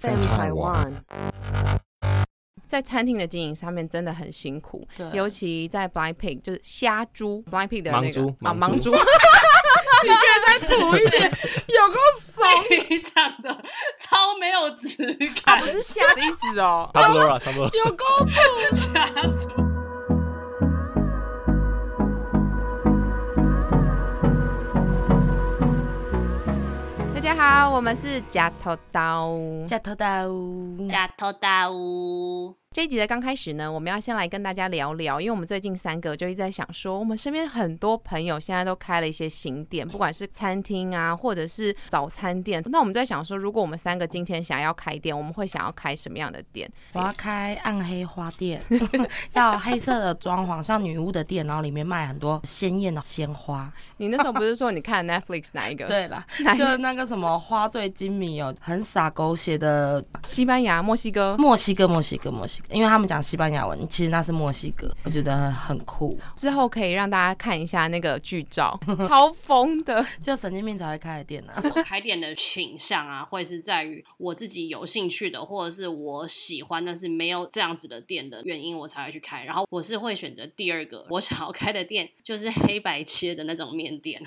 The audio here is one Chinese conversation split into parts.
FM Taiwan。在餐厅的经营上面真的很辛苦，对尤其在 Blind Pig 就是虾猪 Blind Pig 的那盲个猪啊盲盲猪。猪，你可以再土一点，有够怂，你讲的超没有质啊感不，是虾的意思哦差不多了，差不多了。有够家族。大家好，我们是假头刀。加头刀，哎嗯大头大屋，这一集的刚开始呢，我们要先来跟大家聊聊，因为我们最近三个就一直在想说，我们身边很多朋友现在都开了一些新店，不管是餐厅啊，或者是早餐店。那我们就在想说，如果我们三个今天想要开店，我们会想要开什么样的店？我要开暗黑花店， 要黑色的装潢，像女巫的店，然后里面卖很多鲜艳的鲜花。你那时候不是说你看 Netflix 哪一个？，对啦哪，一就那个什么花醉金迷哦，很洒狗血的西班牙、墨西 哥。墨西哥，墨西哥，墨西哥，因为他们讲西班牙文，其实那是墨西哥，我觉得很酷，之后可以让大家看一下那 个剧照，超疯的。就神经病才会开的店啊。我开店的倾向啊，会是在于我自己有兴趣的，或者是我喜欢，但是没有这样子的店的原因，我才会去开。然后我是会选择第二个我想要开的店，就是黑白切的那种面店，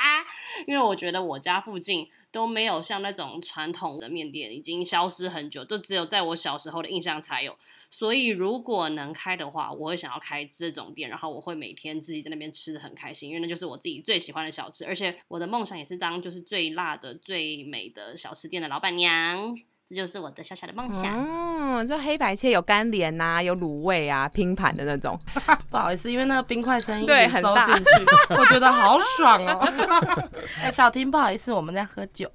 因为我觉得我家附近都没有像那种传统的面店，已经消失很久，就只有在我小时候的印象才有。所以如果能开的话，我会想要开这种店，然后我会每天自己在那边吃的很开心，因为那就是我自己最喜欢的小吃，而且我的梦想也是当就是最辣的、最美的小吃店的老板娘，这就是我的小小的梦想。哦，就黑白切有干莲呐、有卤味啊，拼盘的那种。不好意思，因为那个冰块声音一啊对直很收大进去，我觉得好爽哦。 哎，小婷，不好意思，我们在喝酒。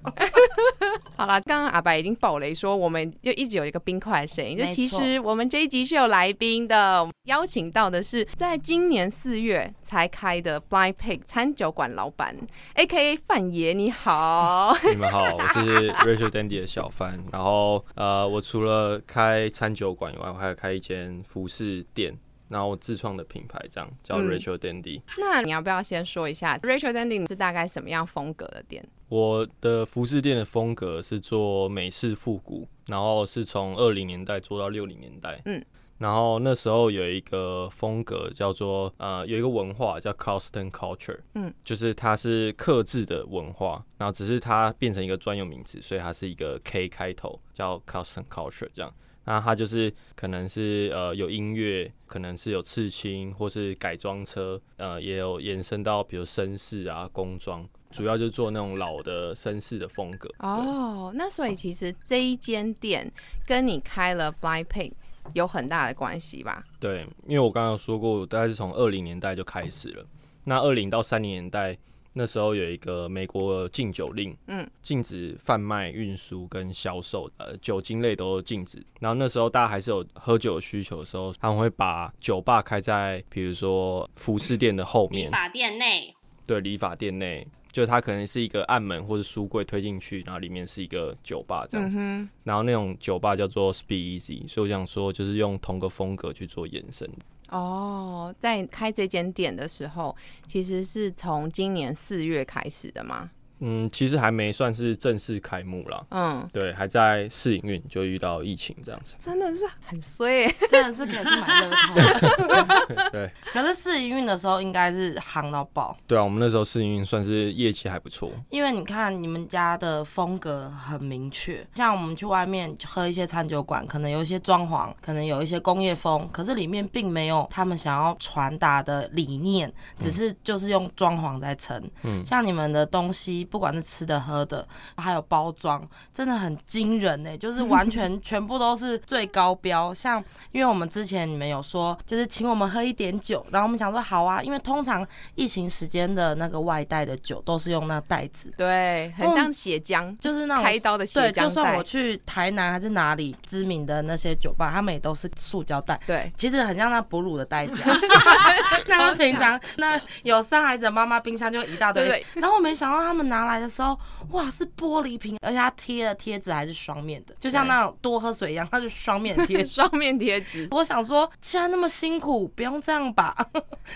好啦，刚刚阿白已经爆雷说，我们就一直有一个冰块的声音。就没错其实我们这一集是有来宾的，我们邀请到的是在今年四月才开的 Blind Pig 餐酒馆老板，A K A 范爷，你 好。 你们好，我是 Rachel Dandy 的小范。然后呃，我除了开餐酒馆以外，我还有开一间服饰店，然后我自创的品牌这样叫嗯 Rachel Dandy。那你要不要先说一下 Rachel Dandy 是大概什么样风格的店？我的服饰店的风格是做美式复古，然后是从二零年代做到六零年代。嗯。然后那时候有一个风格叫做呃，有一个文化叫 custom culture，嗯，就是它是克制的文化，然后只是它变成一个专有名词，所以它是一个 K 开头，叫 custom culture 这样。那它就是可能是呃有音乐，可能是有刺青，或是改装车，呃也有延伸到比如绅士啊、工装，主要就是做那种老的绅士的风格。对，哦，那所以其实这一间店跟你开了 Blind Pig 有很大的关系吧？对，因为我刚刚有说过，我大概是从二零年代就开始了。那二零到三零年代，那时候有一个美国禁酒令，嗯，禁止贩卖、运输跟销售，呃，酒精类都禁止。然后那时候大家还是有喝酒的需求的时候，他们会把酒吧开在比如说服饰店的后理面，发店内，对，理发店内，就它可能是一个暗门或者书柜推进去，然后里面是一个酒吧这样子。嗯然后那种酒吧叫做 Speed Easy，所以我想说，就是用同个风格去做延伸。哼，哦，在开这间店的时候，其实是从今年四月开始的嘛。嗯，其实还没算是正式开幕啦，嗯，。对，还在试营运，就遇到疫情这样子真的是很衰、欸， 真的是可以去买乐透。对， 可是试营运的时候应该是行到爆，对啊，我们那时候试营运算是业绩还不错。因为你看你们家的风格很明确，像我们去外面喝一些餐酒馆，可能有一些装潢，可能有一些工业风，可是里面并没有他们想要传达的理念，只是就是用装潢在撑。嗯，像你们的东西，不管是吃的、喝的，还有包装，真的很惊人呢、欸就是完全全部都是最高标。像因为我们之前你们有说，就是请我们喝一点酒，然后我们想说好啊，因为通常疫情时间的那个外带的酒都是用那袋子，对，很像血浆，就是那种开刀的血对，就浆算袋。我去台南还是哪里知名的那些酒吧，他们也都是塑胶袋。对，其实很像那哺乳的袋子、 啊，那个平常那有生孩子的妈妈冰箱就一大堆，对然后我没想到他们拿来的时候，哇，是玻璃瓶，而且它贴的贴纸还是双面的，就像那种多喝水一样，它是双面贴 纸。双面贴纸。我想说，既然那么辛苦，不用这样吧？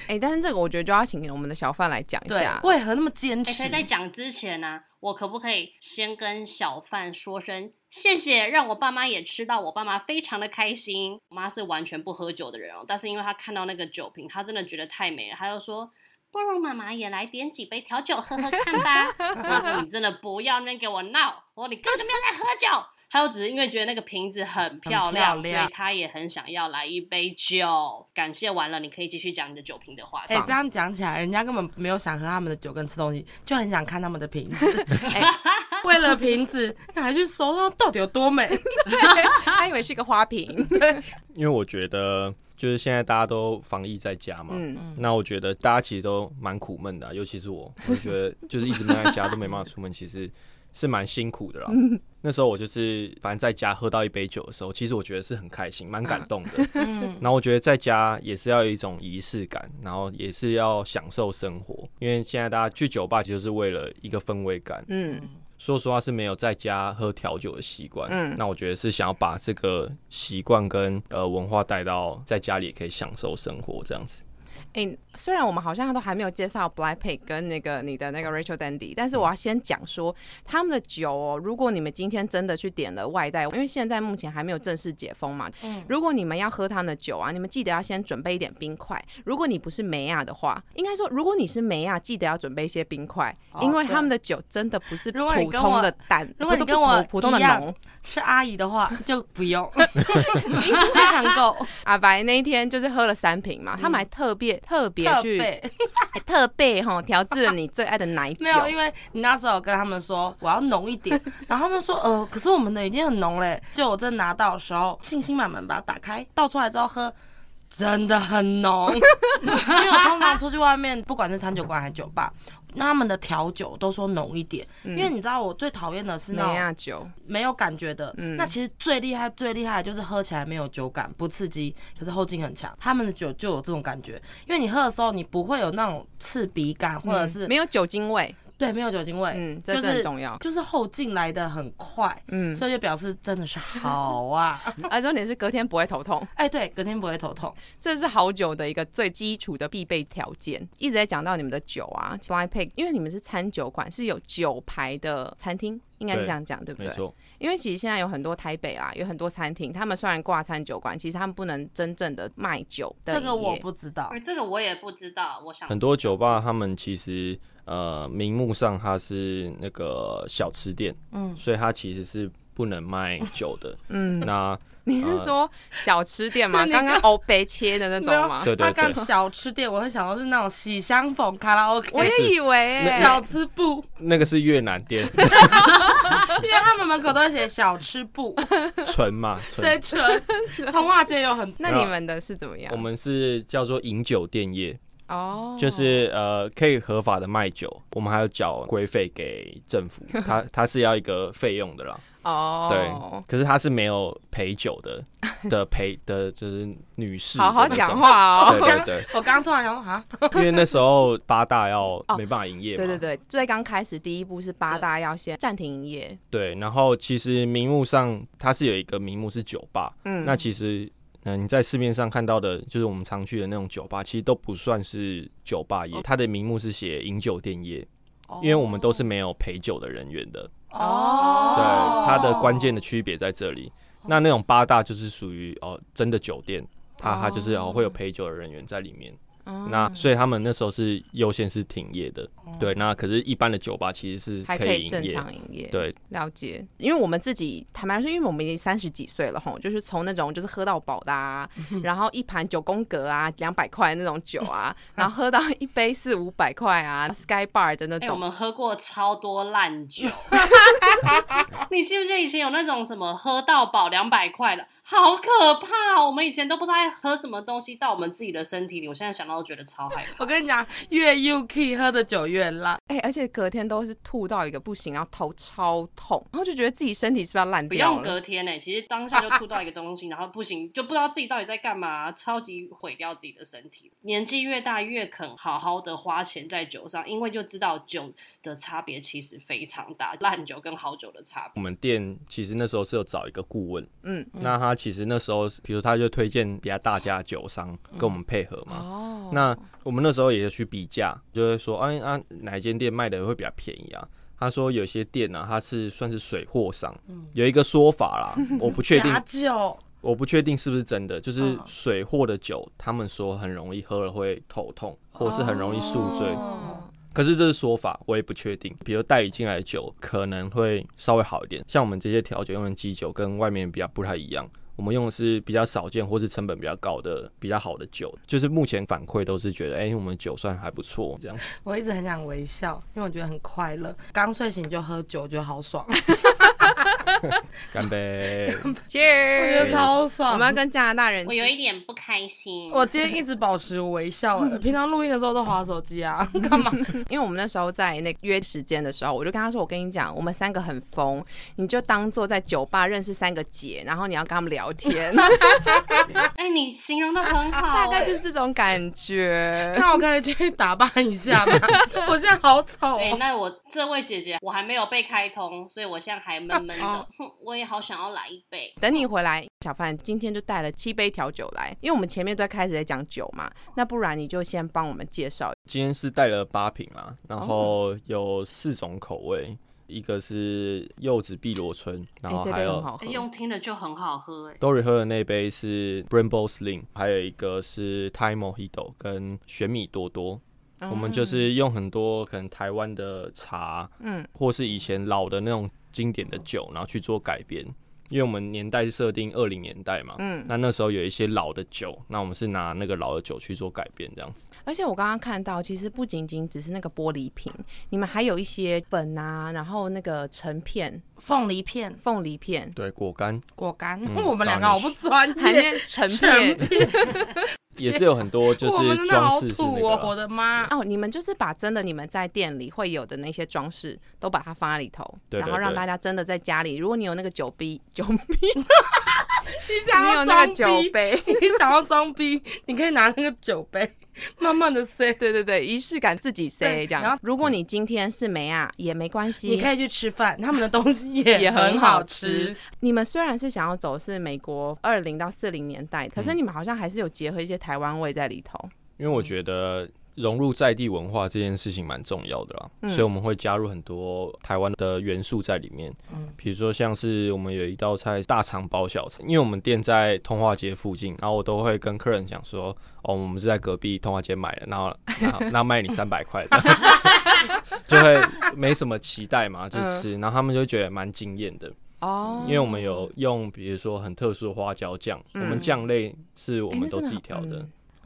哎、但是这个我觉得就要请我们的小范来讲一对下，。 为何那么坚哎、持所以？在讲之前呢、我可不可以先跟小贩说声谢谢，让我爸妈也吃到，我爸妈非常的开心。我妈是完全不喝酒的人哦，但是因为她看到那个酒瓶，她真的觉得太美了，她就说。不如妈妈也来点几杯调酒喝喝看吧。 我说你真的不要那边给我闹，我说你根本就没有在喝酒。她就只是因为觉得那个瓶子很漂亮，很漂亮所以她也很想要来一杯酒。感谢完了，你可以继续讲你的酒瓶的话。哎、这样讲起来，人家根本没有想喝他们的酒跟吃东西，就很想看他们的瓶子。 哎为了瓶子，那还去搜它到底有多美？ 他以为是一个花瓶。因为我觉得就是现在大家都防疫在家嘛，嗯，那我觉得大家其实都蛮苦闷的啊、尤其是我，我就觉得就是一直闷在家都没办法出门，其实是蛮辛苦的啦。那时候我就是反正在家喝到一杯酒的时候，其实我觉得是很开心，蛮感动的。嗯，然后我觉得在家也是要有一种仪式感，然后也是要享受生活，因为现在大家去酒吧其实就是为了一个氛围感。嗯，说实话是没有在家喝调酒的习惯，嗯那我觉得是想要把这个习惯跟呃文化带到在家里也可以享受生活这样子。哎、虽然我们好像都还没有介绍 Blackpink 跟那个你的哦那个 Rachel Dandy，但嗯是我要先讲说他们的酒哦，如果你们今天真的去点了外带，因为现在目前还没有正式解封嘛，嗯如果你们要喝他们的酒啊，你们记得要先准备一点冰块。如果你不是梅亚的话，应该说如果你是梅亚，记得要准备一些冰块，哦因为对他们的酒真的不是如果你普跟通我的淡，如果你不跟我不普通的一样浓。是阿姨的话就不用，非常够，阿白那一天就是喝了三瓶嘛，他们还特别特别嗯特去备。还特备哈调制了你最爱的奶酒 没。有，因为你那时候有跟他们说我要浓 一点，然后他们说呃，可是我们的已经很浓嘞。就我正拿到的时候，信心满满把它打开，倒出来之后喝。真的 很浓，因为我通常出去外面，不管是餐酒馆还是酒吧，那他们的调酒都说浓一点，嗯因为你知道我最讨厌的是梅那种亚酒，没有感觉的。啊嗯那其实最厉害、最厉害的就是喝起来没有酒感，不刺激，可是后劲很强。他们的酒就有这种感觉，因为你喝的时候你不会有那种刺鼻感，或者嗯呃是没有酒精味，对，没有酒精味，嗯，这就真的很是重要。就是后劲来的很快，嗯，所以就表示真的是好啊！ 而呃重点是隔天不会头痛，哎，对，隔天不会头痛。这是好酒的一个最基础的必备条件。一直在讲到你们的酒啊，Blind Pig，因为你们是餐酒馆，是有酒牌的餐厅，应该是对这样讲，对不没对？错，因为其实现在有很多台北啊，有很多餐厅，他们虽然挂餐酒馆，其实他们不能真正的卖酒的这个营业我不知道哎而，这个我也不知道，我想很多酒吧他们其实呃名目上它是那个小吃店，嗯，所以它其实是不能卖酒的。嗯，那你呃是说小吃店 吗？对你刚刚欧北切的那没种有吗？对对他对刚，小吃店，我会想到是那种喜相逢卡拉 OK 我也以为、欸，小吃部，那个是越南店 因为他们门口都会写小 吃部，纯嘛纯对，。纯童话街有很那你们的是怎么样？我们是叫做饮酒店业，哦，就是呃可以合法的卖酒，我们还要缴规费给 政府，它它是要一个费用的啦。对哦，，可是它是没有陪酒 的的陪的，就是女士。好好讲。话哦。对对对，我刚刚突然想说啊，因为那时候八大要没办法营业嘛，哦对对对，最刚开始第一步是八大要先暂停营业，对然后其实名目上它是有一个名目是酒吧，嗯，那其实嗯、呃你在市面上看到的，就是我们常去的那种酒吧，其实都不算是酒吧哦业，它的名目是写饮酒店业，因为我们都是没有陪酒的人员的，对，哦，它的关键的区别在这里。哦那那种八大就是属于哦真的酒店，它它就是哦会有陪酒的人员在里面。哦那所以他们那时候是优先是停业的，对。那可是，一般的酒吧其实是还以正营业，常营业。对了解，因为我们自己坦白说，因为我们已经三十几岁了吼，就是从那种就是喝到饱的、啊，然后一盘九宫格啊，两百块那种酒啊，然后喝到一杯四五百块啊，Sky Bar 的那哎、我种，们喝过超多烂 酒。 你记不记得以前有那种什么喝到饱两百块的，好可怕、哦！我们以前都不知道在喝什么东西到我们自己的身体里，我现在想到都觉得超害 怕。我跟你讲，越 UK 喝的酒越辣，哎、而且隔天都是吐到一个不行，然后头超痛，然后就觉得自己身体是不是要烂不掉用了。隔天呢、其实当下就吐到一个东西，然后不行，就不知道自己到底在干嘛，啊超级毁掉自己的身体。年纪越大，越肯好好的花钱在酒上，因为就知道酒的差别其实非常大，烂酒跟好酒的差别。我们店其实那时候是有找一个顾问，嗯，那他其实那时候，比如他就推荐比较大家的酒商跟我们配合嘛。哦，那我们那时候也去比价，就会说，哎啊，哪一间店卖的会比较便宜啊？他说有些店呢、啊，它是算是水货商，嗯有一个说法啦， 我不确定假，酒，我不确定是不是真的，就是嗯水货的酒，他们说很容易喝了会头痛，或是很容易宿醉。哦可是这是说法，我也不确定。比如代理进来的酒可能会稍微好一点，像我们这些调酒用的基酒跟外面比较不太一样，我们用的是比较少见或是成本比较高的、比较好的酒。就是目前反馈都是觉得，哎、我们酒算还不错，这样。我一直很想微笑，因为我觉得很快乐。刚睡醒就喝酒，觉得好爽，干杯！我觉得，Cheers！超爽。我们要跟加拿大人我有一点不开心。 我今天一直保持微 笑、哎平常录音的时候都划手机啊， 干嘛？因为我们那时候在那个约时间的时候，我就跟他说：“我跟你讲，我们三个很疯，你就当做在酒吧认识三个姐，然后你要跟他们聊 天，哎、你形容的很好、啊哎大概就是这种感觉。那我可以去打扮一下吗？ 我现在好丑、哎、哦。那我这位姐姐我还没有被开通，所以我现在还闷闷的哦。哼，我也好想要来一杯。等你回来，小范今天就带了七杯调酒来，因为我们前面都在开始在讲酒嘛，那不然你就先帮我们介绍。哎今天是带了八瓶啦，然后有四种口味，一个是柚子碧螺春，哎、然后这还杯很有好喝哎，用听的就很好喝、哎， Dory 喝的那杯是 Rainbow Slim，还有一个是 Time Mojito 跟玄米多多。啊我们就是用很多可能台湾的茶，嗯，或是以前老的那种经典的酒，然后去做改编。因为我们年代是设定二零年代嘛，嗯那那时候有一些老的酒，那我们是拿那个老的酒去做改编，这样子。而且我刚刚看到，其实不仅仅只是那个玻璃瓶，你们还有一些粉啊，然后那个成片、凤梨片、凤梨片，对，果干果干，嗯我们两个好不专还业。念成 成片。也是有很多就我们是真的装好饰是土那哦！个我啊，的妈！ 哦，你们就是把真的你们在店里会有的那些装饰都把它放在里头，对对然后让对大家真的在家里，如果你有那个酒杯， 酒杯，你 想你要有那个装酒逼，杯，你想要装逼，你可以拿那个酒杯， 慢慢的塞。对对对，仪式感自己塞对这然样后。嗯如果你今天是梅啊，也没关系，你可以去吃饭，他们的东西也也很很好好吃吃。。你们虽然是想要走是美国二零到四零年代，可是嗯你们好像还是有结合一些台湾味在里头。因为我觉得融入在地文化这件事情蛮重要的啦，所以我们会加入很多台湾的元素在里面。比如说像是我们有一道菜大肠包小肠，因为我们店在通化街附近，然后我都会跟客人讲说，哦，我们是在隔壁通化街买的，然后然后那卖你三百块，这样就会没什么期待嘛，就吃，然后他们就觉得蛮惊艳的，哦因为我们有用比如说很特殊的花椒酱，我嗯们酱类是我哎们那都真的自己好调的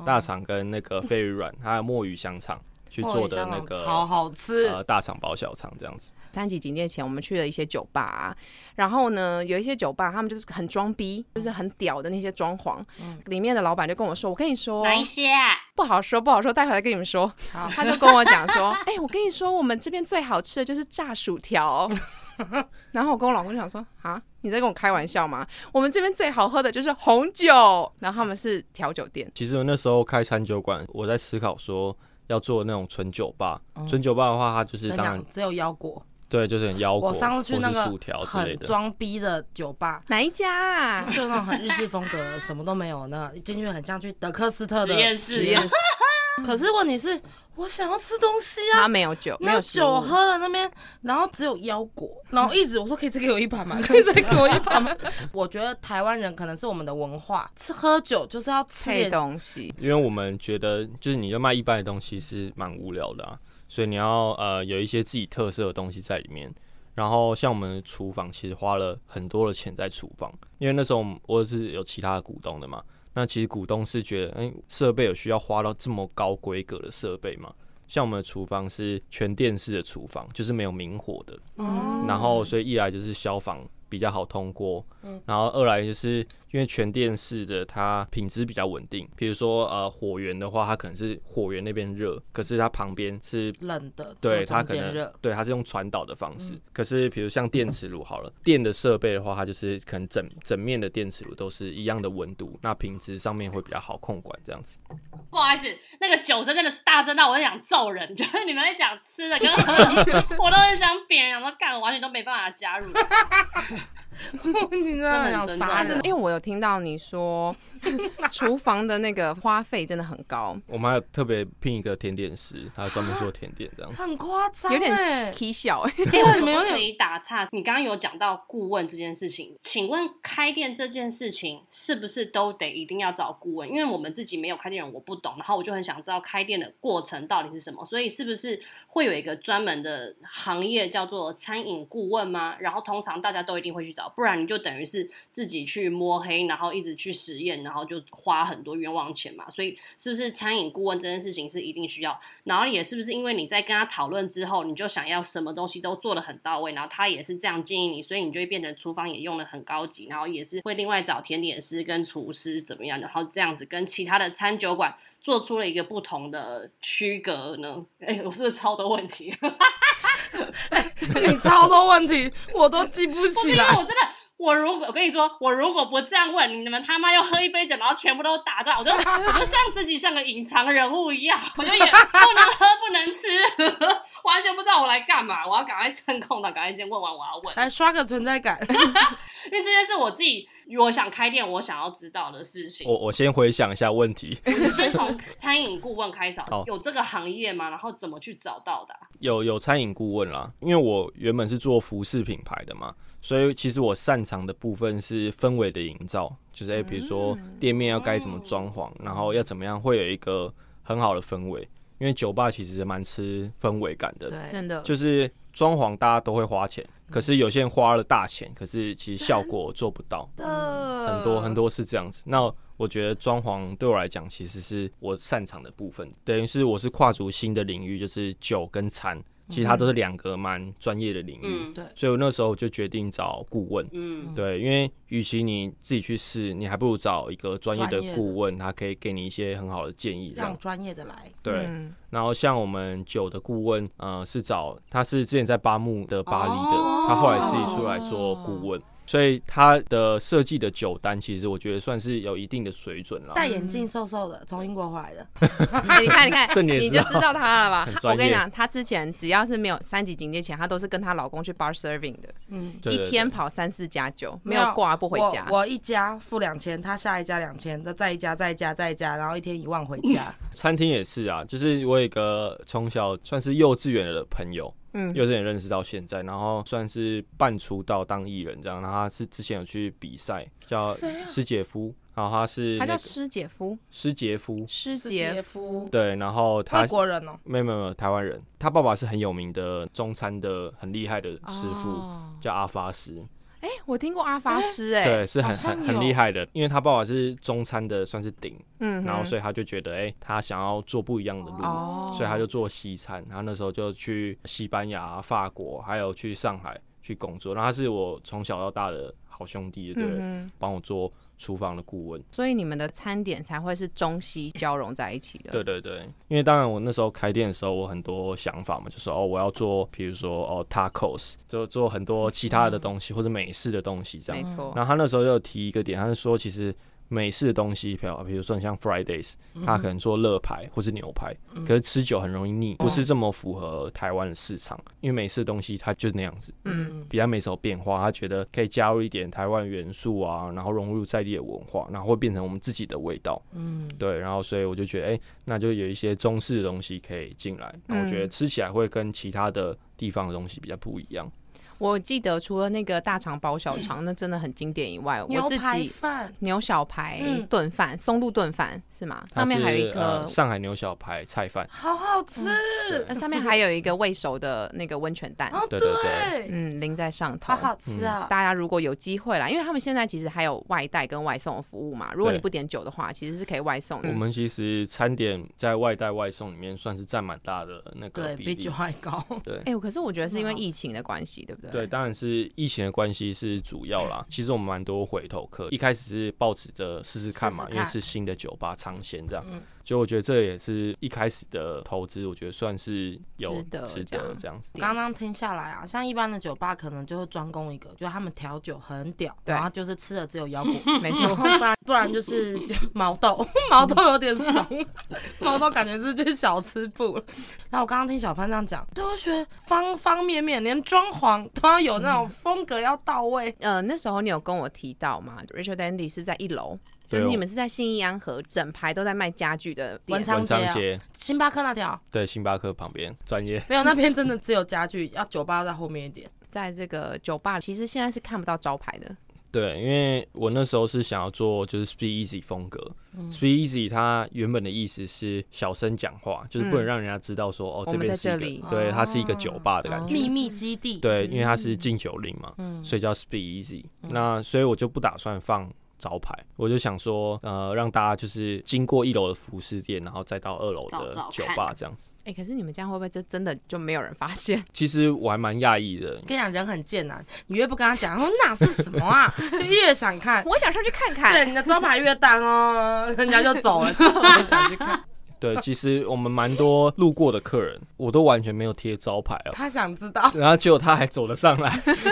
嗯，大肠跟那个鲱鱼软还有墨鱼香肠去做的那哦超个。好吃，呃，大肠包小肠这样子，三级警戒前，我们去了一些酒吧、然后呢，有一些酒吧他们就是很装逼，就是很屌的那些装潢，嗯里面的老板就跟我说：“我跟你说，哪一些啊？不好说，不好说，待会儿再跟你们说。”好他就跟我讲说：“哎、我跟你说，我们这边最好吃的就是炸薯 条。”然后我跟我老公就想说：“啊，你在跟我开玩笑吗？我们这边最好喝的就是红酒。”然后他们是调酒店，其实我那时候开餐酒馆，我在思考说要做那种纯酒吧。哦纯酒吧的话，它就是跟你当然讲，只有腰果。对，就是很腰啊果我上次去或那是个薯条之类很的。装逼的酒吧，哪一家、 啊？就那种很日式风格，什么都没有呢，一进去很像去德克斯特的实验室实验室。可是问题是，我想要吃东西啊，他没有酒，没那有食酒物。喝了那边，然后只有腰果，然后一直我说可以再给我一盘吗？ 可以再给我一盘吗？我觉得台湾人可能是我们的文化，吃喝酒就是要吃配点东西，因为我们觉得，就是你要卖一般的东西是蛮无聊的啊，所以你要呃有一些自己特色的东西在里面。然后像我们厨房，其实花了很多的钱在厨房，因为那时候我们我是有其他的股东的嘛。那其实股东是觉得，哎、设备有需要花到这么高规格的设备吗？像我们的厨房是全电式的厨房，就是没有明火的。哦嗯然后所以一来就是消防比较好通过，然后二来就是因为全电视的它品质比较稳定，比如说呃火源的话，它可能是火源那边热，可是它旁边是。冷的，对它它可能 热。对它是用传导的方式，可是比如像电磁炉好了，电的设备的话，它就是可能整整面的电磁炉都是一样的温度，那品质上面会比较好控管这样子。不好意思，那个酒声真的大声到我很想揍人。就是你们在讲 吃的跟喝的，我都很想扁人，想说干，我完全都没办法加入。你真的很啊，真想杀真的人哎的，。因为我有听到你说 厨房的那个花费真的很高，我们还有特别聘一个甜点师，他专门做甜点这样子。很夸张、欸，有点 k 小、欸。 因为你们有可点以打岔。你刚刚有讲到顾问这件事情，请问开店这件事情是不是都得一定要找顾问？因为我们自己没有开店人，我不懂，然后我就很想知道开店的过程到底是什么，所以是不是会有一个专门的行业叫做餐饮顾问吗？然后通常大家都一定会去找，不然你就等于是自己去摸黑，然后一直去实验，然后就花很多冤枉钱嘛。所以是不是餐饮顾问这件事情是一定需要然后也是不是因为你在跟他讨论之后，你就想要什么东西都做的很到位，然后他也是这样建议你，所以你就会变成厨房也用的很高级，然后也是会另外找甜点师跟厨师怎么样，然后这样子跟其他的餐酒馆做出了一个不同的区隔呢？ 哎，我是不是超多问题？你超多问题，我都记不不是起因为来。我真的。我如果我跟你说，我如果不这样问，你们他妈又喝一杯酒，然后全部都打断，我就我就像自己像个隐藏人物一样，我就也不能喝不能吃， 完全不知道我来干嘛。我要赶快趁空档，赶快先问完我要问，来刷个存在感， 因为这件事我自己我想开店，我想要知道的事情。我我先回想一下问题，先从餐饮顾问开始好，有这个行业吗？然后怎么去找到的啊、有有餐饮顾问啦，因为我原本是做服饰品牌的嘛，所以其实我擅长的部分是氛围的营造，就是诶、哎比如说店面要该怎么装潢，然后要怎么样会有一个很好的氛围，因为酒吧其实蛮吃氛围感的，对，真的，就是装潢大家都会花钱，嗯可是有些人花了大钱，可是其实效果做不到，很很多很多是这样子。那我觉得装潢对我来讲，其实是我擅长的部分，等于是我是跨足新的领域，就是酒跟餐，其实它都是两个蛮专业的领域。嗯所以我那时候我就决定找顾问，嗯，对，因为与其你自己去试，你还不如找一个专业的专业的顾问，他可以给你一些很好的建议。这样让专业的来。对，嗯 然后像我们酒的顾问，呃，是找他是之前在巴木的巴黎的，哦他后来自己出来做顾问，所以他的设计的酒单其实我觉得算是有一定的水准啦。戴眼镜、瘦瘦的，从英国回来的，哎你看，你看，这你也你知就道知道他了吧很？我专业跟你讲，他之前只要是没有三级警戒前，她都是跟她老公去 bar serving 的，嗯，对对对一天跑三四家酒，没有挂不回家。我我一家付两千，他下一家两千，再再一家再一家再一家，然后一天一万回 家。餐厅也是啊，就是我有一个从小算是幼稚园的朋友，嗯幼稚园认识到现在，然后算是半出道当艺人这样。然后他是之前有去比赛，叫谁啊师姐夫，然后他是他那叫个师姐夫，师杰夫，师姐夫，夫，对，然后他外国人哦，没有没有没有，台湾人，他爸爸是很有名的中餐的很厉害的师傅，哦叫阿发师，哎，我听过阿发师，哎，对，是很好像很有很厉害的，因为他爸爸是中餐的算是顶，嗯哼，然后所以他就觉得，哎、他想要做不一样的路，哦，所以他就做西餐，然后那时候就去西班牙、法国，还有去上海去工作，然后他是我从小到大的好兄弟，对不对，嗯帮、我做厨房的顾问。哼，所以你们的餐点才会是中西交融在一起的。对对对，因为当然我那时候开店的时候，我很多想法嘛，就是哦，我要做，比如说哦 tacos，就做很多其他的东西、或者美式的东西这没样。错，然后他那时候就有提一个点，他是说其实美式的东西，比如比如说你像 Fridays，他嗯可能做乐排或是牛排，可是吃久很容易腻，哦不是这么符合台湾的市场，因为美式的东西它就是那样子，嗯，比较没什么变化。他觉得可以加入一点台湾元素啊，然后融入在地的文化，然后会变成我们自己的味道。嗯，对，然后所以我就觉得，哎、那就有一些中式的东西可以进来，那我觉得嗯吃起来会跟其他的地方的东西比较不一样。我记得除了那个大肠包小肠，那真的很经典以外，我嗯牛自排嗯己饭，牛小排嗯炖饭、松露炖饭是吗？上面它还是有一颗呃、上海牛小排菜饭，好好吃那呃上面还有一个未熟的那个温泉蛋，哦，对对对嗯对，嗯，淋在上头好。好吃啊，大家如果有机会啦，因为他们现在其实还有外带跟外送的服务嘛。如果对你不点酒的话，其实是可以外送的。我们其实餐点在外带外送里面算是占蛮大的那个对比比例酒。还高。对哎、可是我觉得是因为蛮好吃疫情的关系，对不对？对，当然是疫情的关系是主要啦。其实我们蛮多回头客，一开始是抱持着试试看试嘛，试看因为是新的酒吧尝鲜这样，所以我觉得这也是一开始的投资，我觉得算是有值得值这得样这样子。刚刚听下来啊，像一般的酒吧可能就会专攻一个，就是他们调酒很屌，对然后就是吃的只有腰果，没然错。后不然不然就是 就毛豆，毛豆有点怂， 毛豆感觉是去小吃部了。然后我刚刚听小帆这样讲，对，我觉得方方面面连装潢都要有那种风格要到位。 呃，那时候你有跟我提到嘛，Richard Dandy 是在一楼，所以对哦你们是在信义安和整排都在卖家具的店文。昌文街昌啊、街星巴克那条对星巴克旁边，专业没有，那边真的只有家具，要酒吧在后面一点。在这个酒吧，其实现在是看不到招牌的。对，因为我那时候是想要做就是 speak easy 风格、s 嗯 p e a k easy 它原本的意思是小声讲话，就是不能让人家知道说、哦嗯我这们边在是一这个，里哦对，它是一个酒吧的感觉。秘密基地，嗯嗯对，因为它嗯是禁酒令嘛，所以叫 Speed Easy、那所以我就不打算放招牌，我就想说，呃，让大家就是经过一楼的服饰店，然后再到二楼的找找酒看吧这样子。哎、可是你们这样会不会就真的就没有人发现？ 其实我还蛮讶异的，跟你讲，人很贱呐、你越不跟他讲，哦，那是什么啊？ 就越想看。我想上去看看。对，你的招牌越大哦，人家就走了， 越想去看。 对，其实我们蛮多路过的客人，我都完全没有贴招牌 哦，他想知道， 然后结果他还走了上来。就是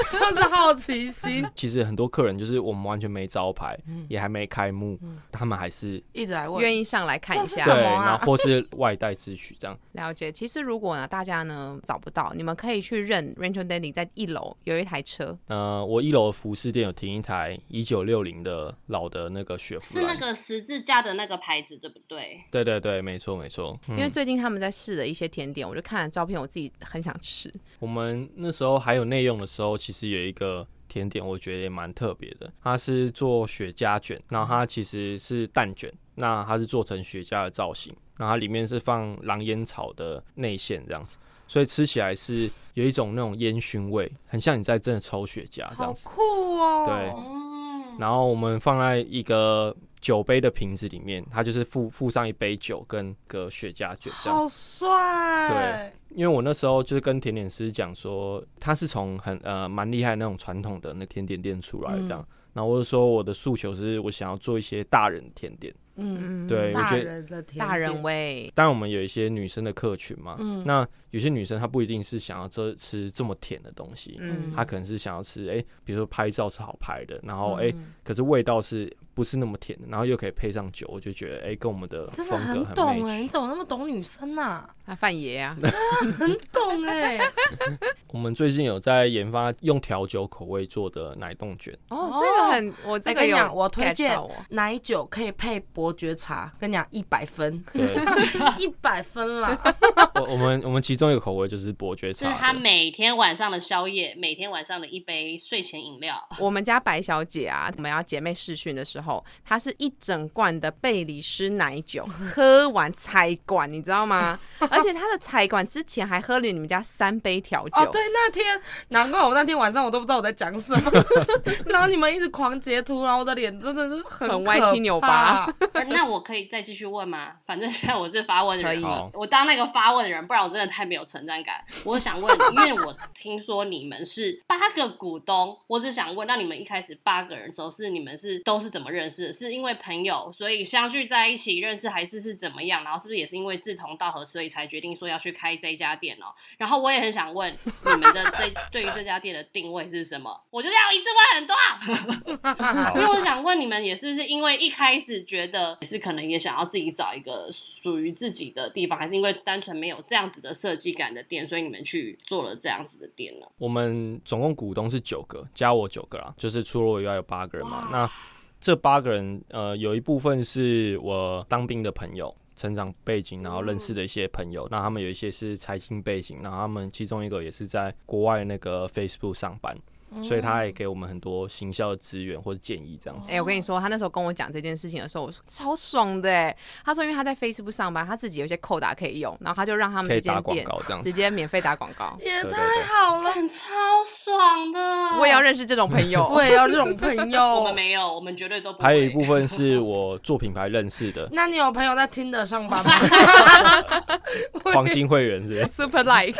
好奇心，其实很多客人就是我们完全没招牌，也还没开幕，他们还是一直来问。愿意上来看一这下是什对，么啊然后或是外带自取这样。了解。其实如果呢，大家呢找不到，你们可以去认 Rachel Dandy 在一楼有一台车，呃，我一楼的服饰店有停一台一九六零的老的那个雪佛是那兰，个十字架的那个牌子，对不对？对对对，没错没错。嗯因为最近他们在试的一些甜点，我就看了照片，我自己很想吃。我们那时候还有内用的时候，其实有一个甜点，我觉得也蛮特别的，它是做雪茄卷，然后它其实是蛋卷，那它是做成雪茄的造型，然后它里面是放狼烟草的内馅这样子。所以吃起来是有一种那种烟熏味，很像你在真的抽雪茄这好样子。酷哦！对嗯，然后我们放在一个酒杯的瓶子里面，它就是附附上一杯酒跟个雪茄卷这样。好帅。因为我那时候就是跟甜点师讲说，他是从很呃蛮厉害的那种传统的那甜点店出来的嗯这样。然后我就说我的诉求是我想要做一些大人甜点，嗯，对我大觉得。人的甜点大人味，当然，我们有一些女生的客群嘛，嗯那有些女生她不一定是想要这吃这么甜的东西，嗯，她可能是想要吃，哎、比如说拍照是好拍的，然后哎、嗯可是味道是不是那么甜的，然后又可以配上酒，我就觉得哎、跟我们的真风的格很很懂哎、你 match。怎么那么懂女生呐、 啊？啊，范爷啊，懂欸 哎、我们最近有在研发用调酒口味做的奶冻卷，哦，哦这个很，我这哎个跟你有讲我推 catch 荐到我奶酒可以配伯爵茶，跟你讲一百 分，对，一百分啦。我我们我们其中一个口味就是伯爵是茶的，他每天晚上的宵夜，每天晚上的一杯睡前饮料。我们家白小姐啊，我们要姐妹试训的时候，她是一整罐的贝里斯奶酒， 喝完才管，你知道 吗？而且她的才管之前还喝了你们家三杯调酒。哦，对，那天难怪我那天晚上我都不知道我在讲什 么，然后你们一直狂截图，然后我的脸真的是很很很歪七扭八。呃 那我可以再继续问吗？反正现在我是发问的可以人，好我当那个发问的人，不然我真的太没有存在感。我想问，因为我听说你们是八个股东，我只想问，那你们一开始八个人的时候是你们是都是怎么认识的？是因为朋友所以相聚在一起认识，还是是怎么样？然后是不是也是因为志同道合，所以才决定说要去开这家店哦？然后我也很想问你们的这对于这家店的定位是什么？我就是要一次问很多，因为我想问你们，也是不是因为一开始觉得也是可能也想要自己找一个属于自己的地方，还是因为单纯没有这样子的设计感的店，所以你们去做了这样子的店呢？我们总共股东是九个，加我九个啦，就是除了我以外有八个人嘛。那这八个人，呃，有一部分是我当兵的朋友，成长背景，然后认识的一些朋友。那他们有一些是财经背景，然后他们其中一个也是在国外那个 Facebook 上班，所以他也给我们很多行销的资源或者建议这样子。哎、我跟你说，他那时候跟我讲这件事情的时候，我说超爽的哎。他说，因为他在 Facebook 上班，他自己有一些扣打可以用，然后他就让他们可这以打间广店告这样直子，接免费打广 告。也对对太对好了，很超爽的，我也要认识这种朋友 我。也要这种朋 我们友。没有，我们绝对都不会。还有一部分是我做品牌认 识 的那你有朋友在听的上班吗？黄金会员是不是 Super like，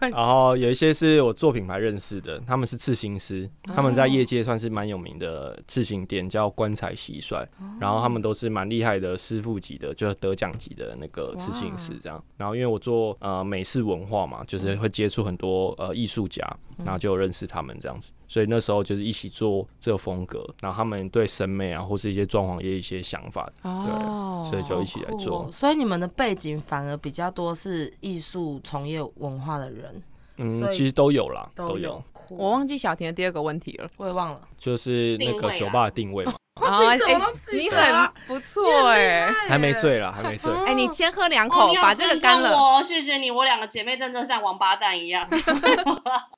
然后有一些是我做品牌认识的，他们是刺青师，哦他们在业界算是蛮有名的刺青店，叫棺材蟋蟀。哦然后他们都是蛮厉害的师傅级的，就是得奖级的那个刺青师这样。然后因为我做呃美式文化嘛，嗯就是会接触很多呃艺术家，然后就有认识他们这样子。所以那时候就是一起做这个风格，然后他们对审美啊或是一些装潢也有一些想法，哦所以就一起来做。酷哦所以你们的背景反而比较多是艺术从业文化的人，所嗯，以其实都有啦，都都有。酷。我忘记小婷的第二个问题了。我也忘了，就是那定位个啊酒吧的定哦位嘛， 啊你怎么都你记得很啊哦不错哎、还没醉啦，还没醉。哎、你先喝两哦口你，好把这个尊干重了。我哦，谢谢你，我两个姐妹真的像王八蛋一样。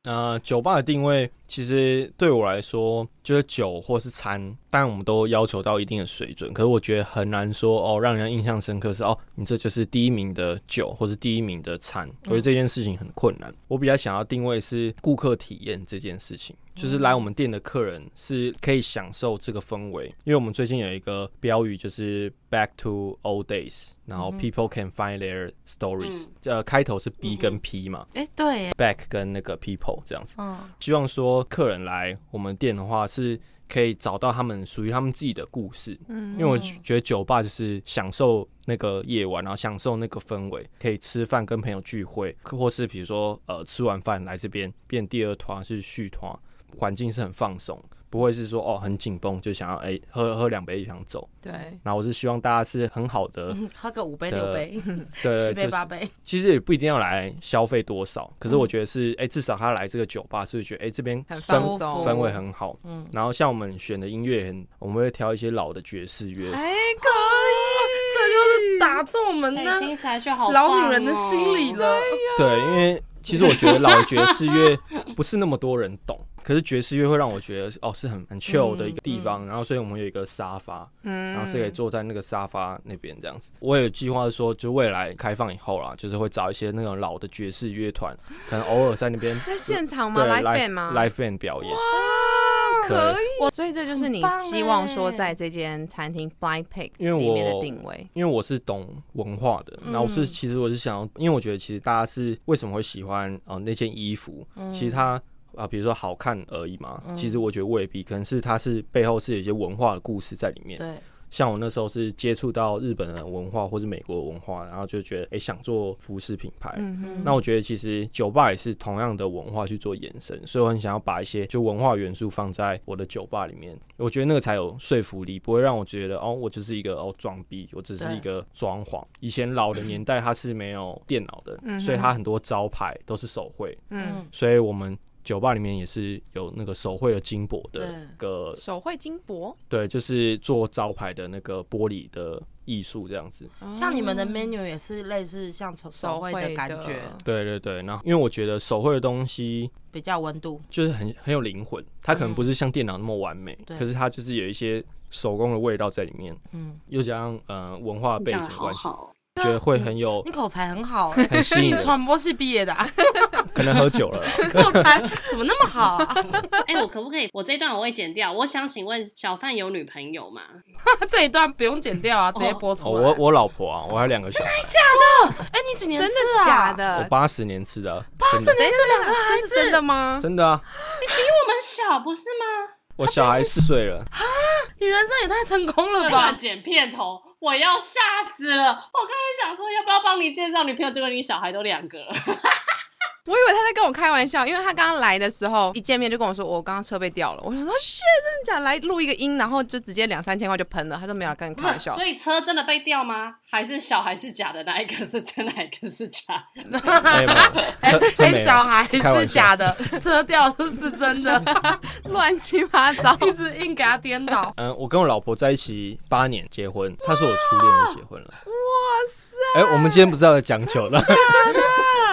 呃，酒吧的定位其实对我来说，就是酒或是餐，当然我们都要求到一定的水准。可是我觉得很难说哦，让人家印象深刻是哦，你这就是第一名的酒或是第一名的餐。我觉得这件事情很困难。我比较想要定位是顾客体验这件事情，就是来我们店的客人是可以享受这个氛围。因为我们最近有一个标语就是 “Back to old days”，然后 “People can find their stories”、呃，开头是 B 跟 P 嘛、哎、对耶， b a c k 跟那个 People 这样子。嗯，希望说客人来我们店的话，是可以找到他们属于他们自己的故事。嗯，因为我觉得酒吧就是享受那个夜晚，然后享受那个氛围，可以吃饭跟朋友聚会，或是比如说呃吃完饭来这边变第二团是续团，环境是很放松，不会是说哦很紧绷就想要哎、喝喝两杯就想走。哎对，然后我是希望大家是很好的，喝个五杯的六杯、对， 七就杯是八杯，其实也不一定要来消费多少，可是我觉得是哎、至少他来这个酒吧是觉得哎、这边嗯很氛放松氛围很好，嗯，然后像我们选的音乐也很，我们会挑一些老的爵士乐，哎、可这就是打中我们哎呢听起来就好、哦老女人的心理了。了。对，因为其实我觉得老的爵士乐不是那么多人懂，可是爵士乐会让我觉得哦是很很 chill 的一个地方，然后所以我们有一个沙发，嗯然后是可以坐在那个沙发那边这样子。我有计划说，就未来开放以后啦，就是会找一些那种老的爵士乐团，可能偶尔在那边以在现场吗对？Live band 吗 l i v e band 表演。可对，以，所以这就是你很棒希望哎说在这间餐厅 Blind Pig 因为里面的我定位。因为我是懂文化的，嗯然后我是其实我是想要，因为我觉得其实大家是为什么会喜欢啊、呃那件衣服，嗯其实它。啊，比如说好看而已嘛，其实我觉得未必，可能是它是背后是有一些文化的故事在里面。对，像我那时候是接触到日本的文化或是美国的文化，然后就觉得哎、诶想做服饰品牌。嗯嗯那我觉得其实酒吧也是同样的文化去做延伸，所以我很想要把一些就文化元素放在我的酒吧里面，我觉得那个才有说服力，不会让我觉得哦，我就是一个哦装逼，我只是一个装潢。以前老的年代它是没有电脑的，所以它很多招牌都是手绘，嗯，所以我们。酒吧里面也是有那个手绘的金箔的对一个手绘金箔，对，就是做招牌的那个玻璃的艺术这样子。像你哦们的 menu 也是类似像手手绘的感觉，对对对，然后因为我觉得手绘的东西比较有温度。就是很很有灵魂，它可能不是像电脑那么完美，对可是它就是有一些手工的味道在里面，嗯，又加上呃文化背讲景的的好关系，好，觉得会 很有你口才很好、欸，很吸引你人，传播系毕业的、啊， 可能喝酒了啦。口才怎么那么好啊？哎、我可不可以？我这一段我会剪掉。我想请问，小范有女朋友吗？ 这一段不用剪掉啊，直接播哦，出来。我我老婆啊，我还有两个小孩，哎、你几年真次的啊？假我的？八十年吃的啊，八十年这是真的吗？真的啊，我们小不是吗？我小孩四岁了，你人生也太成功了这吧段！剪片头，我要吓死了！我刚才想说要不要帮你介绍女朋友，结果你小孩都两 个了。我以为他在跟我开玩笑，因为他刚刚来的时候一见面就跟我说我刚刚车被掉了，我想说 shit 真的假的？来录一个音，然后就直接两三千块就喷了，他说没有跟你开玩笑所，以车真的被掉吗？还是小孩是假的？哪一个是真，哪一个是假？哎，没有车车哎、没有小孩开玩是笑假的，车掉的是真 的，乱七八糟。一直硬给他颠倒。嗯，我跟我老婆在一起八年，结婚，她是我初恋就结婚了。哇塞！哎、我们今天不是要讲酒了？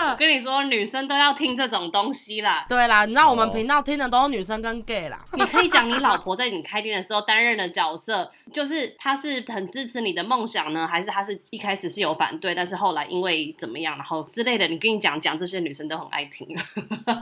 我跟你说，女生都要听这种东西啦。对啦，你知道我们哦频道听的都是女生跟 gay 啦。你可以讲你老婆在你开店的时候担任的角色，就是她是很支持你的梦想呢，还是她是一开始是有反对，但是后来因为怎么样，然后之类的，你跟你讲讲，这些女生都很爱听。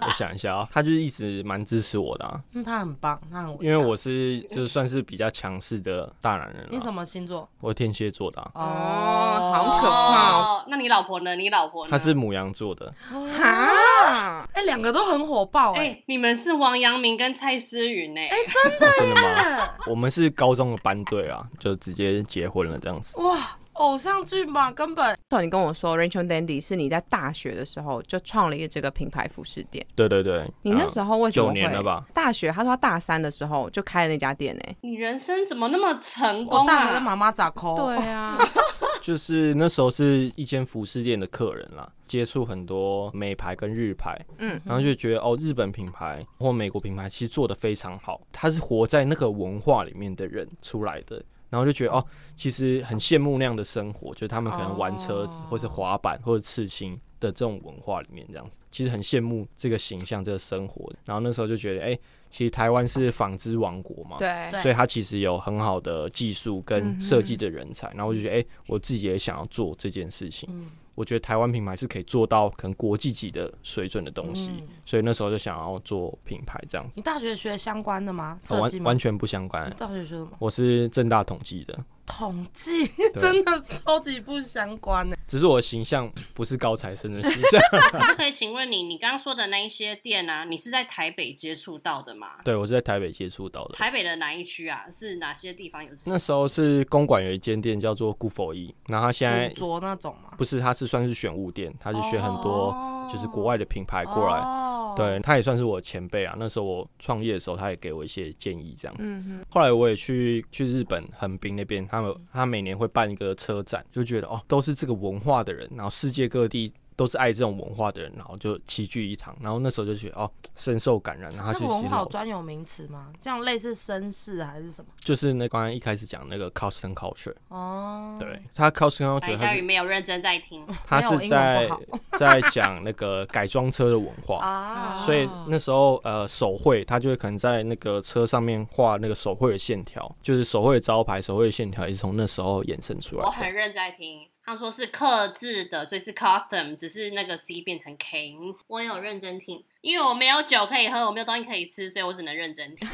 我想一下啊，她就是一直蛮支持我的、啊，嗯，他很棒，他很伟大因为我是就算是比较强势的大男人你了、什么星座？我天蝎座的、啊，哦，好可怕哦！哦，那你老婆呢？你老婆呢？她是母羊座的，哦哈，哎，两个都很火爆哎、哎、你们是王阳明跟蔡诗芸哎、真的吗？我们是高中的班队啊，就直接结婚了这样子。哇，偶像剧嘛，根本你跟我说 Rachel Dandy 是你在大学的时候就创立这个品牌服饰店，对对对，嗯你那时候、候为什么九会？年了吧大学，他说他大三的时候就开了那家店呢、你人生怎么那么成我功大学的啊？妈妈咋抠？对啊， 就是那时候是一间服饰店的客人啦，接触很多美牌跟日牌，嗯，然后就觉得哦，日本品牌或美国品牌其实做的非常好，他是活在那个文化里面的人出来的，然后就觉得哦，其实很羡慕那样的生活，就是他们可能玩车子哦或是滑板或者刺青的这种文化里面这样子，其实很羡慕这个形象这个生活。然后那时候就觉得，哎、其实台湾是纺织王国嘛， 对，对嗯所以它其实有很好的技术跟设计的人才。然后我就觉得，哎、我自己也想要做这件事情。嗯我觉得台湾品牌是可以做到可能国际级的水准的东西，嗯所以那时候就想要做品牌这样，你大学学相关的吗？呃设计完吗完？全不相关你。大学学什么？我是正大统计的，统计，对真的超级不相关的。 只是我的形象不是高材生的形 象。可是可以请问你，你刚刚说的那一些店啊，你是在台北接触到的吗？对我是在台北接触到的，台北的哪一区啊？是哪些地方有这些？那时候是公馆有一间店叫做 g u f o 一，然后他现在古着那种吗？不是，他是算是选物店，他是选很多就是国外的品牌过来。哦，对，他也算是我的前辈啊。那时候我创业的时候，他也给我一些建议这样子。嗯哼，后来我也去去日本横滨那边，他们他每年会办一个车展，就觉得哦，都是这个文化的人，然后世界各地都是爱这种文化的人，然后就齐聚一堂。然后那时候就觉得哦，深受感染。然后那他个就文是化老有专有名词吗？像类似绅士还是什么？就是那刚刚一开始讲那个 cost and culture，哦，对，他 cost and 白 culture 他嘉哎宇是没有认真在听，他没有是英文在不好在讲那个改装车的文 化。啊，所以那时候呃手绘，他就会可能在那个车上面画那个手绘的线条，就是手绘的招牌、手绘的线条也是从那时候衍生出来我的。很认真在听。他们说是克制的，所以是 custom，只是那个 C 变成 K。嗯我有认真听，因为我没有酒可以喝，我没有东西可以吃，所以我只能认真听。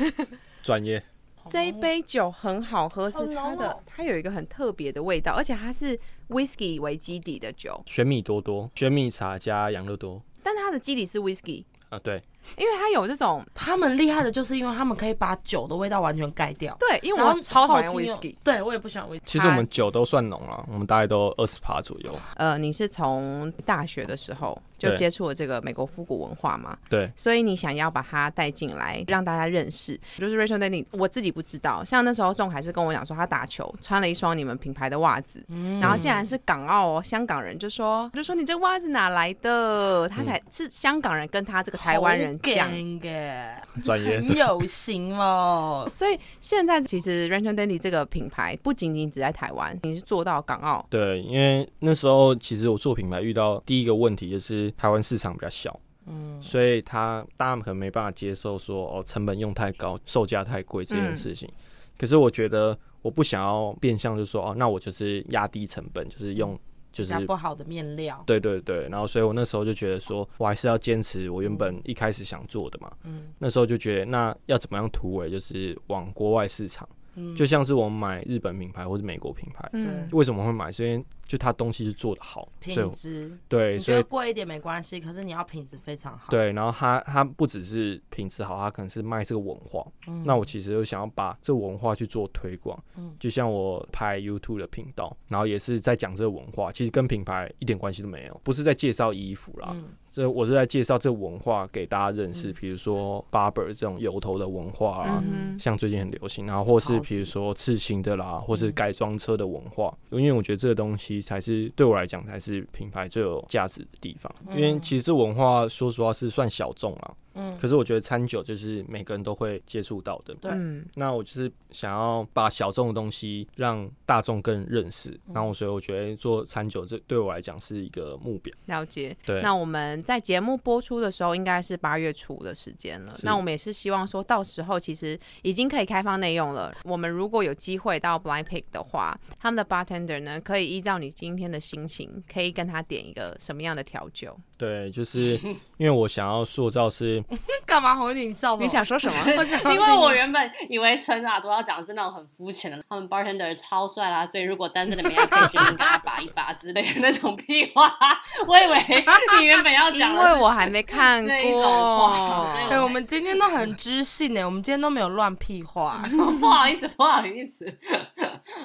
专业这一杯酒很好喝，是哦好浓它的哦，它有一个很特别的味道，而且它是 whisky 为基底的酒，玄米多多、玄米茶加羊肉多但它的基底是 whisky，啊，对，因为它有这种他们厉害的就是因为他们可以把酒的味道完全盖掉。对，因为然我后哦超讨厌后劲又 whisky。对我也不喜欢 whisky。其实我们酒都算浓了，我们大概都二十趴左右。呃，你是从大学的时候就对接触了这个美国复古文化嘛？对，所以你想要把它带进来，让大家认识。就是 Rachel Denny，我自己不知道。像那时候仲还是跟我讲说，他打球穿了一双你们品牌的袜子，然后竟然是港澳哦，香港人就说就说你这袜子哪来的？他才、是香港人跟他这个台湾人讲。的，专 业很有型哦。所以现在其实 Rachel Denny 这个品牌不仅仅只在台湾，你是做到港澳。对，因为那时候其实我做品牌遇到第一个问题就是台湾市场比较小。嗯，所以他大家可能没办法接受说哦成本用太高，售价太贵这嗯件事情。可是我觉得我不想要变相就说哦，那我就是压低成本，就是用就是加不好的面料，对对对，然后所以我那时候就觉得说，我还是要坚持我原本一开始想做的嘛。嗯那时候就觉得，那要怎么样突围，就是往国外市场，嗯就像是我们买日本品牌或是美国品牌，嗯，为什么会买？是因为就它东西是做的好，所以品我质。对，你所觉以得贵一点没关系，可是你要品质非常 好。，对，然后它它不只是品质好，它可能是卖这个文化。嗯那我其实就想要把这文化去做推广，就像我拍 YouTube 的频道，然后也是在讲这个文化，其实跟品牌一点关系都没有，不是在介绍衣服啦，嗯这我是在介绍这文化给大家认识，比如说 barber 这种油头的文化啊。嗯像最近很流行，然后或超是级嗯比如说刺青的啦，或是改装车的文化，因为我觉得这个东西才是对我来讲才是品牌最有价值的地方。因为其实这文化说实话是算小众啦，嗯，可是我觉得餐酒就是每个人都会接触到的。对嗯那我就是想要把小众的东西让大众更认识，嗯然后所以我觉得做餐酒这对我来讲是一个目标。了解，对那我们在节目播出的时候，应该是八月初的时间了。是那我们也是希望说到时候其实已经可以开放内用了。我们如果有机会到 Blind Pig 的话，他们的 bartender 呢可以依照你今天的心情，可以跟他点一个什么样的调酒？对，就是 因为我想要塑造是干嘛红一顶哦笑？你想说什 么？因为我原本以为陈阿多要讲的是那种很肤浅的，他们 bartender 超帅啦，所以如果单身的没人可以决定跟他把一把之类的那种屁话。 我以为你原本要因讲为的我还没看这一种话所以过。哎，我们今天都很知性哎，我们今天都没有乱屁话。嗯是不好意思，不好意思。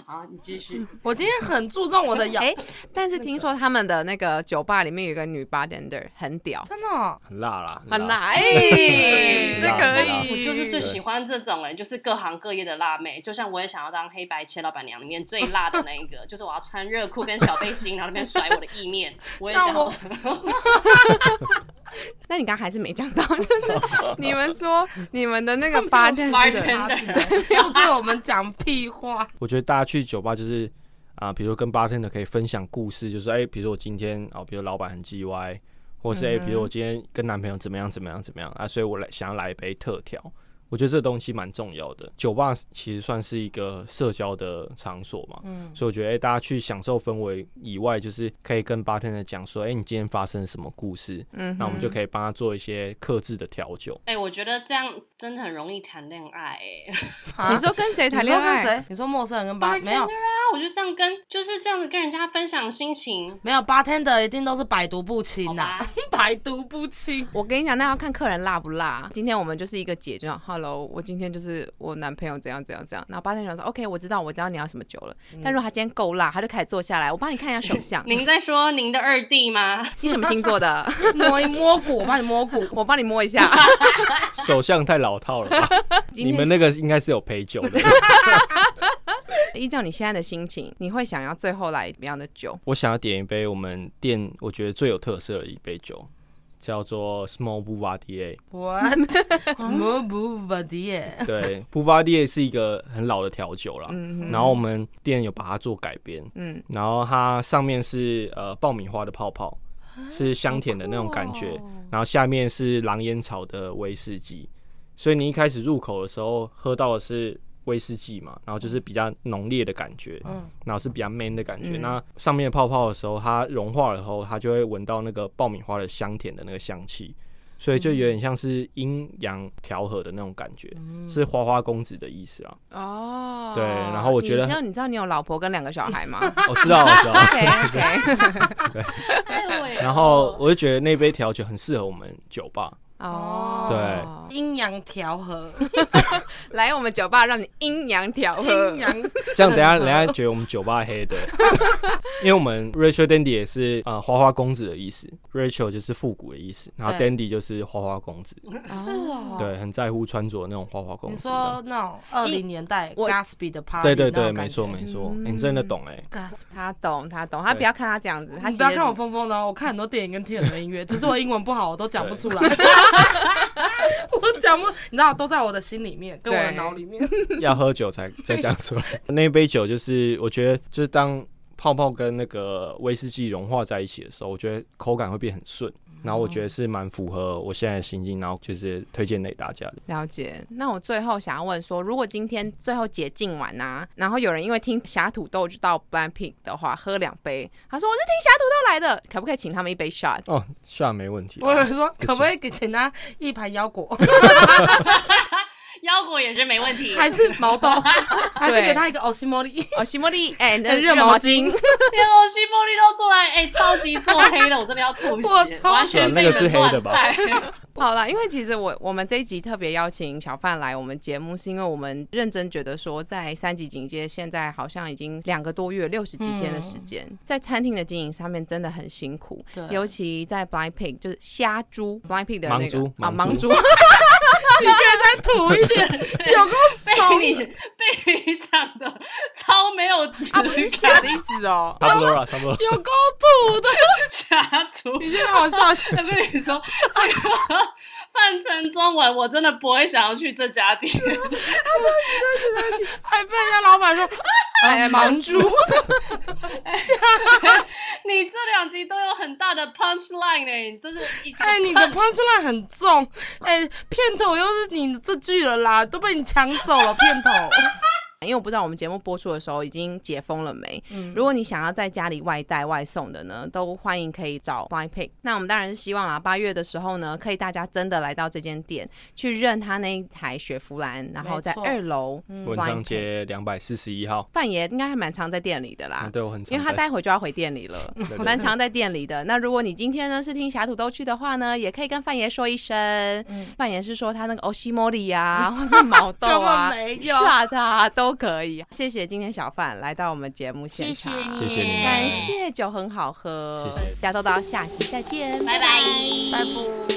好，你继续。我今天很注重我的咬，哎、但是听说他们的那个酒吧里面有一个女 bartender 很屌，真的哦很辣啦， 很辣，哎、以，对这可以，我 就是最喜欢这种人，就是各行各业的辣妹。就像我也想要当黑白切老板娘里面最辣的那一个，就是我要穿热裤跟小背心，然后那边甩我的意 面。我也想那我要，那你刚刚还是没讲到， 就是你们说你们的那个八们天有的 bartender 又是我们讲屁话，我觉得大家去酒吧就是啊、比如说跟 bartender 可以分享故事，就是哎、比如说我今天啊、比如老板很 G Y，或嗯是哎、比如我今天跟男朋友怎么样怎么样怎么样啊，所以我来想要来一杯特调。我觉得这东西蛮重要的。酒吧其实算是一个社交的场所嘛，嗯所以我觉得、哎大家去享受氛围以外，就是可以跟 bartender 讲说，哎、你今天发生什么故事？嗯哼，那我们就可以帮他做一些克制的调酒。哎、我觉得这样真的很容易谈恋爱、哎，啊你说跟谁你谈说恋跟爱？谁？你说陌生人跟 八没有 bartender 啊，我觉得这样跟就是这样子跟人家分享心情，没有 bartender 一定都是百毒不侵呐、好吧 百毒不侵。我跟你讲，那要看客人辣不辣。今天我们就是一个姐，就讲 Hello，我今天就是我男朋友怎样怎样怎样。然后八天讲说 OK，我知道我知道你要什么酒了。但如果他今天够辣，他就开始坐下来，我帮你看一下手 相，您在说您的二弟吗？你什么星座 的？摸一摸骨，我帮你摸骨。我帮你摸一 下。手相太老套了吧？ 今你天们那个应该是有陪酒的。依照你现在的心情，你会想要最后来怎么样的酒？我想要点一杯我们店我觉得最有特色的一杯酒，叫做 Small Boulevardier。 What？什么不不的耶？ 对，Boulevardier 是一个很老的调酒啦。嗯哼然后我们店有把它做改编，嗯，然后它上面是呃爆米花的泡泡，啊是香甜的那种感觉，哦然后下面是狼烟草的威士忌，所以你一开始入口的时候喝到的是威士忌嘛，然后就是比较浓烈的感觉，嗯然后是比较 man 的感觉。嗯那上面的泡泡的时候，它融化了后，它就会闻到那个爆米花的香甜的那个香气。所以就有点像是阴阳调和的那种感觉，嗯是花花公子的意思 啊！哦，对然后我觉得你知道你知道你有老婆跟两个小孩 吗我、知道，我知道。 ？OK OK，哎喂然后我就觉得那杯调酒很适合我们酒吧，哦，阴阳调和，对，来我们酒吧让你阴阳调和阴。阳 这样等下人家觉得我们酒吧黑的，因为我们 Rachel Dandy 也是呃花花公子的意思，Rachel 就是复古的意思，然后对 Dandy 就是花花公子，是哦。对，很在乎穿着那种花花公你子。说那种二零年代我 Gatsby 的 party，那对对对，种感没觉嗯错没错，欸你真的懂哎、 Gatsby。他懂，他懂，他对不要看他这样子，他你其不要实看我疯疯的哦，我看很多电影跟听很多音 乐，只是我英文不好，我都讲不出来。我讲不，你知道，都在我的心里面，跟我的对脑里面。要喝酒才 再讲出来。那一杯酒就是我觉得就是当泡泡跟那个威士忌融化在一起的时候，我觉得口感会变很顺，然后我觉得是蛮符合我现在的心境，然后就是推荐给大家的。了解。那我最后想要问说，如果今天最后解禁完啊，然后有人因为听侠土豆就到 Black Pink 的话，喝两杯，他说我是听侠土豆来的，可不可以请他们一杯 shot？哦，下没问题啊。我有说，可不可以给请他一盘腰 果，腰果也是没问 题，还是毛豆，还是给他一个欧西莫 莉？哦，西莫莉，哎，那 热毛毛巾，天哦，西玻璃都出来，哎、超级做黑了，我真的要吐血我，超完全被那个是人黑乱的吧带好啦，因为其实我我们这一集特别邀请小范来我们节目，是因为我们认真觉得说，在三级警戒现在好像已经两个多月、六十几天的时间，在餐厅的经营上面真的很辛苦，对尤其在 Blind Pig 就是虾猪 Blind Pig 的那盲个猪啊盲盲猪。猪，你可以再吐一 点，有够被怂你被你讲的超没有质啊不感是虾的意思哦 差不多了，差不多。有够土的，下厨。你先让我笑。我跟你说，这个翻成中文，我真的不会想要去这 家店。还被人家老板说， 哎呀，盲猪，你这两集都有很大的 punch line 哎、你真是一 哎，你的 punch line 很重，哎，片头又是你这句了啦，都被你抢走了片头。因为我不知道我们节目播出的时候已经解封了没。嗯如果你想要在家里外带外送的呢，都欢迎可以找 Blind Pick。那我们当然是希望啦，啊八月的时候呢，可以大家真的来到这间店去认他那一台雪佛兰，然后在没错嗯二楼文 Blind 昌 Pick 街两百四十一号。范爷应该还蛮常在店里的啦。啊，对我很常因为他带待会就要回店里了 对，对蛮常在店里的。那如果你今天呢是听峡土豆去的话呢，也可以跟范爷说一声。嗯范爷是说他那个欧西莫里 呀，或是毛豆啊、根本没有刷他都可以。谢谢今天小范来到我们节目现场，谢谢你们感谢酒很好喝，谢谢大家都到下期再见，拜拜，拜拜。